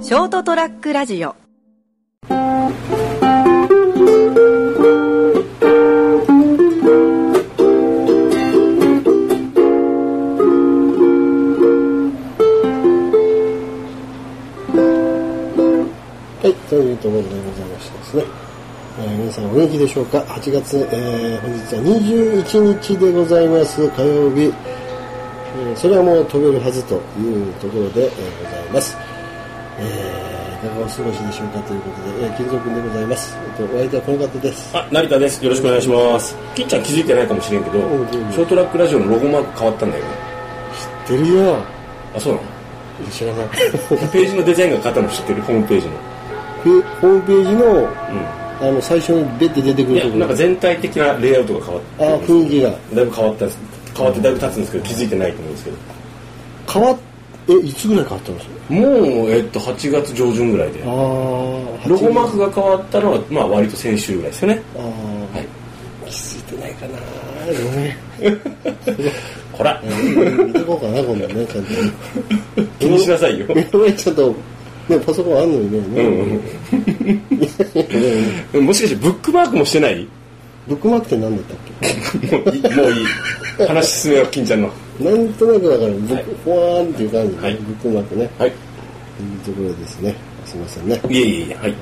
ショートトラックラジオはい、というところでございましてですね、えー皆さんお元気でしょうか8月、えー本日は21日でございます火曜日、えーそれはもう飛べるはずというところで、えーございます、えー、いかがお過ごしでしょうかということで、えー、金蔵君でございます、えっと、お相手はこの方ですあ、成田です。よろしくお願いします。きっちゃん気づいてないかもしれんけど、シうんうんョートラックラジオのロゴマーク変わったんだよね。出るよあ、そうな知らないのページのデザインが変わったの知ってるホームページの。ホホームページのうあの最初にベッて出てくん。いるやとこ、ろなんか全体的なレイアウトが変わって。あー雰囲気がだいぶ変わったんです。変わってだいぶ経つんですけど、気づいてないと思うんですけど。変わっえいつぐらい変わったんですもう、えっと、8月上旬ぐらいであ。あロゴマークが変わったのは、まあ割と先週ぐらいですよね。ああはい。気づいてないかなごめんほら、見とこうかな今度ねちゃんと気にしなさいよ。目の前にちょっとねパソコンあんのにね、うんうんもしかしてブックマークもしてないブックマークって何だったっもういい、もういい。話進めよう、金ちゃんの。けなんとなくだからブッはいクフォワーンっていう感じで、はいブックマークねはい。というところですねすいませんねいえいえいえ、はい。あのまた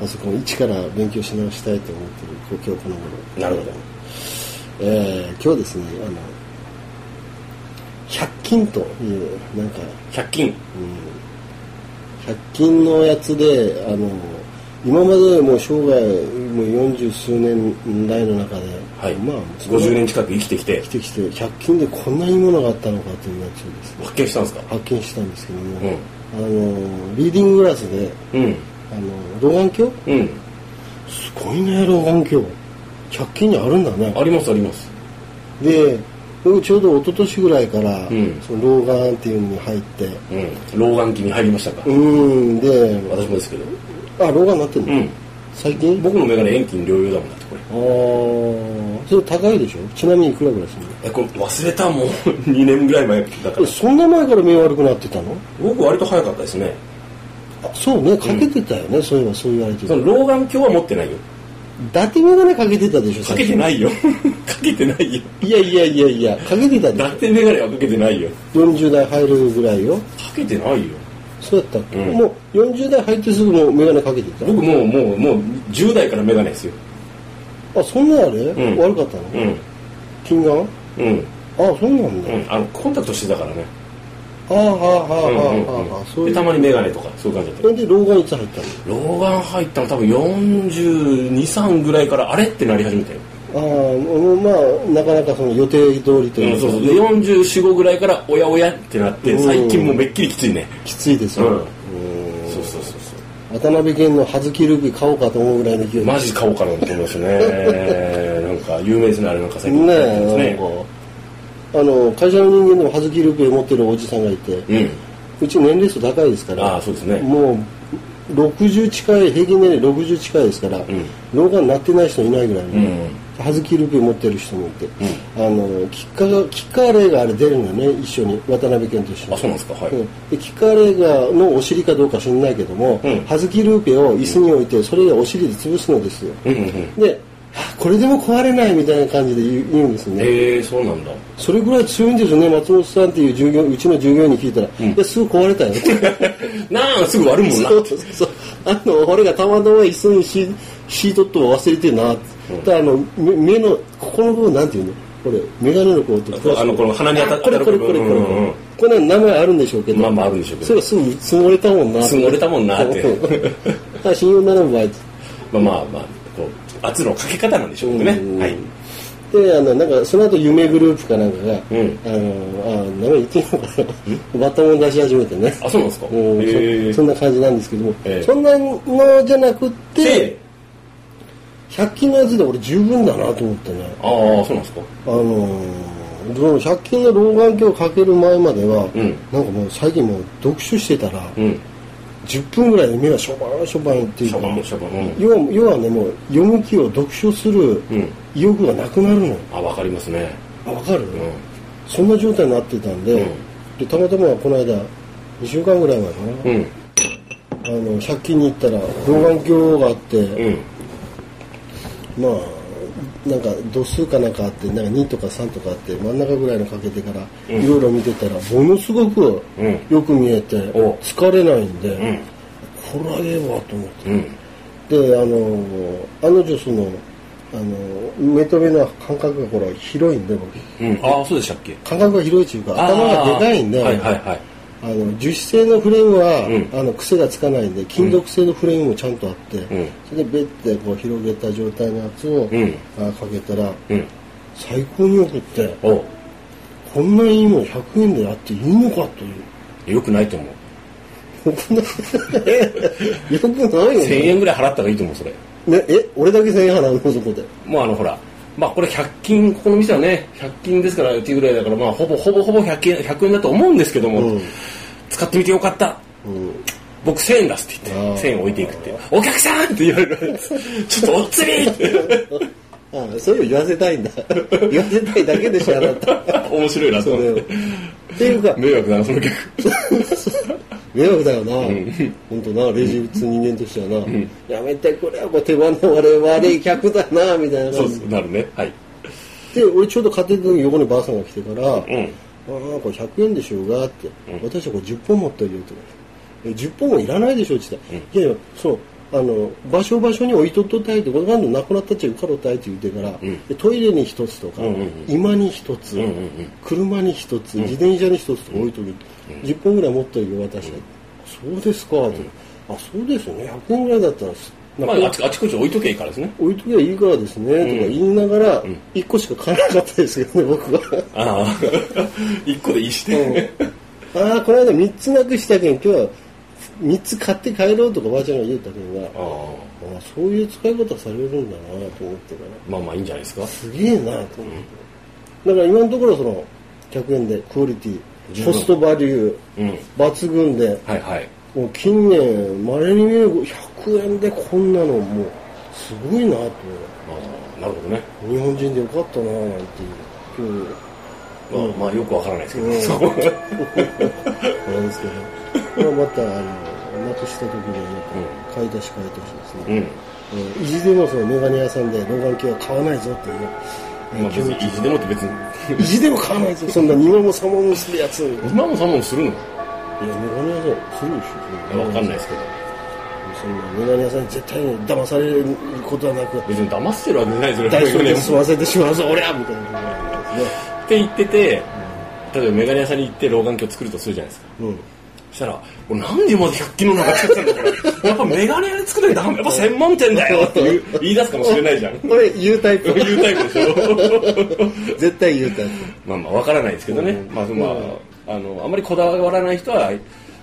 パソコン一から勉強し直したいと思ってる今日この頃なるほどえー、今日ですねあの100均というなんか100均。 100均のやつであの今までもう生涯もう40数年来の中で、はい。まあ50年近く生きてきて生き、てきて100均でこんないいものがあったのかというやつをですね発見したんですか発見したんですけども、あのリーディンググラスでうん。あの老眼鏡うん。すごいね老眼鏡100均にあるんだねありますあります。で僕ちょうど一昨年ぐらいから、うんその老眼っていうのに入ってうん。老眼期に入りましたかう。ーんで私もですけど。あ老眼になってんの、うん。最近僕の眼鏡遠近療養だもんだって、これ。あーそれ高いでしょちなみにいくらぐらいするのえ、これ忘れた もう2年ぐらい前だかえら。そんな前から目悪くなってたの僕割と早かったですね。あそうねかけてたよね、そういえばそう言われてそるの老眼鏡は持ってないよ。伊達眼鏡かけてたでしょかけていないよ。 かけてないよ。いやいやいやいやかけてたでだしって眼鏡はかけてないよ。ょ40代入るぐらいよかけてないよ。そうやったっけ、うんもう40代入ってすぐもう眼鏡かけて僕もう、もう、もう10代から眼鏡ですよ。たあそんなあれ、ん悪かったの、うん。金眼あうん。そうなんだ、うん。あの、コンタクトしてたからね。ああはあはあうんはあうはあ、ん。そううんいで、うたまに眼鏡とか、そういう感じだったそ。れで老眼いつ入ったの老眼入ったの多分423ぐらいからあれってなり始めたよ、ああもうまあなかなかその予定通りというか、そうそうで445ぐらいからおやおやってなってうん最近もうめっきりきついね、きついですよ、うんうんそうそうそうそ渡辺謙の葉月ルビー買おうかと思うぐらいの勢ういマジ買おうかなと思います ねなんか有名ですねあれなんか最近ね買ってまえなすんねかあの会社の人間でも葉月ルビー持ってるおじさんがいて、うち年齢層高いですかうんあらあそうですねもう60近い平均年齢60近いですから、ん老眼になってない人いないぐらいの、うん葉月ルビー持ってる人もいて、あのキッカがキッカーレイがあれ出るのよね一緒に渡辺謙と一緒にあそうなんですかはい、うんでキッカーレーガーのお尻かどうか知らないけども、うん葉月ルーペを椅子に置いてそれをお尻で潰すのですよ、うんうんうんであこれでも壊れないみたいな感じで言う言うんですね、へえそうなんだそれぐらい強いんですよね松本さんっていう従業うちの従業員に聞いたら、いやすぐ壊れ たよなあすぐ割るもんなそうそうそうあの俺がたまたま椅子にシシートットを忘れてるなって、であの目目のここの部分なんていうのこれ眼鏡のこうとあこあのこの鼻に当たこれこれこれこれ、うんうんうんこれ名前あるんでしょうけどまあまああるんでしょうけどそれはすぐ積もれたもんなすぐ折れたもんなって あ信用ならんばいまあまあまあこう圧のかけ方なんでしょうけどね、うんはいであのなんかその後夢グループかなんかが、うんあのあ名前言っていいのかなバッタモン出し始めてねあそうなんですかうんへそえそんな感じなんですけども、ええそんなのじゃなくってで100均のやつで俺十分だなと思ってねああそうなんですかあのーその100均の老眼鏡をかける前までは、うんなんかもう最近もう読書してたら、うん10分ぐらいで目がしょばんしょばんっていうシャバンシャバン、うん要は要はねもう読む気を読書するうん意欲がなくなるのよあわかりますねあわかる、うんそんな状態になってたんで,、うんでたまたまこの間2週間ぐらい前かな、うんの借金に行ったら老眼鏡があって、うん。まあなんか度数かなんかあってなんか2とか3とかあって真ん中ぐらいのかけてからいろいろ見てたらものすごくうんよく見えてお疲れないんで、んこれはええわと思ってうん。であのあの女そのあの目と目の感覚がほら広いんで僕うん。ああ、そうでしたっけ感覚が広いっていうか頭がでかいんで、あーはいはいはい。あの樹脂製のフレームは、うんあの癖がつかないんで金属製のフレームもちゃんとあって、んそれでベッてこう広げた状態のやつを、んあかけたらうん。最高によくっておうこんなにいいもん100円でやっていいのかという。よくないと思う。よく ないよくないよ1000ね。円ぐらい払ったらいいと思う、それ。ねえ、俺だけ1000円払うのそこで。もうあの、ほら。まあこれ100均、ここの店はね、100均ですからっていうぐらいだから、まあほぼほぼほぼ100円、100円だと思うんですけども、うん使ってみてよかった。うん。僕1000円出すって言あって、1000ー円置いていくって。お客さんって言われる。ちょっとおっつりって。ああ、それを言わせたいんだ。 言わせたいだけでしょ、あなた。 面白いなと そ思れっ。を。ってていうか、迷惑だな、その客。迷惑だよな、本当なレジ打つ人間としてはな、やめてくれよこう手放の悪い悪い客だなみたいなそ感うでじす、なるね。はい。で俺ちょうど買ってた時横にばあさんが来てから「ああんこれ100円でしょうが」って、私はこれ10本持ってるよ」って言われてえ「10本もいらないでしょ」って言ったら「いやいやそうあの場所場所に置いとっとったい」って「これがなくなったっちゃうからたい」って言ってから、でトイレに一つとか、んうんうん今に一つ、んうんうん車に一つ自転車に一つとか置いとく、10本ぐらい持っとるよ私は、そうですか」って、あそうですよね100円ぐらいだったらすなんまかあ、あちあちこち置いとけばいいからですね。置いときゃいいからですね、とか言いながら、1個しか買わなかったですけどね、 僕は。ああ、1個でい いして。ああ、この間3つなくしたけん、今日は3つ買って帰ろうとかばあちゃんが言うたけんが、 ああ、ああそういう使い方されるんだなと思ってから、まあまあいいんじゃないですか。すげえなと思って。だから今のところ、その、100円でクオリテ十ィ、コ分ストバリュうん。ー、抜群で、はいはい。もう近年、まれに見る100円でこんなのもう、すごいなと思う。ああ、なるほどね。日本人でよかったななんていう、今日、まあ、まあよくわからないですけうど。んそう。なんですけど、これはまた、あの、なくした時にはね、買い出し買い出しですうね。ん。うん、意地でもそのメガネ屋さんで老眼鏡は買わないぞっていうまあ別ねに、意地でもって別に。えー。意地でも買わないぞ、そんな二万も三万もするやつ。いや、メ今もさんもするのガネ屋さん、するでしょ。わかんないですけど。そんなメガネ屋さんに絶対に騙されることはなく、別に騙してるわけじゃないですよ大丈夫でね。 済ませてしまうぞ、俺はみたいなことなんですね。って言ってて、例えばメガネ屋さんに行って老眼鏡作るとするじゃないですか。うん。そしたら、俺なんで今まで100均の中作ってたのかなやっぱメガネ屋で作るんだ。やっぱ専門店だよって言う言い出すかもしれないじゃん。これ言うタイプそう。いうタイプでしょ絶対言うタイまあまあわからないですけどね、うんまあまああのあまりこだわらない人は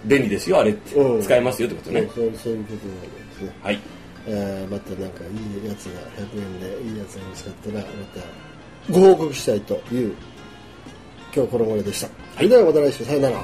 便利ですよあれって、うん使えますよってことプ。ね、ね、そうそういうことなんですね。はいえーまたなんかいいやつが100円でいいやつが見つかったらまたご報告したいという今日この頃でした、それではまた来週さよならは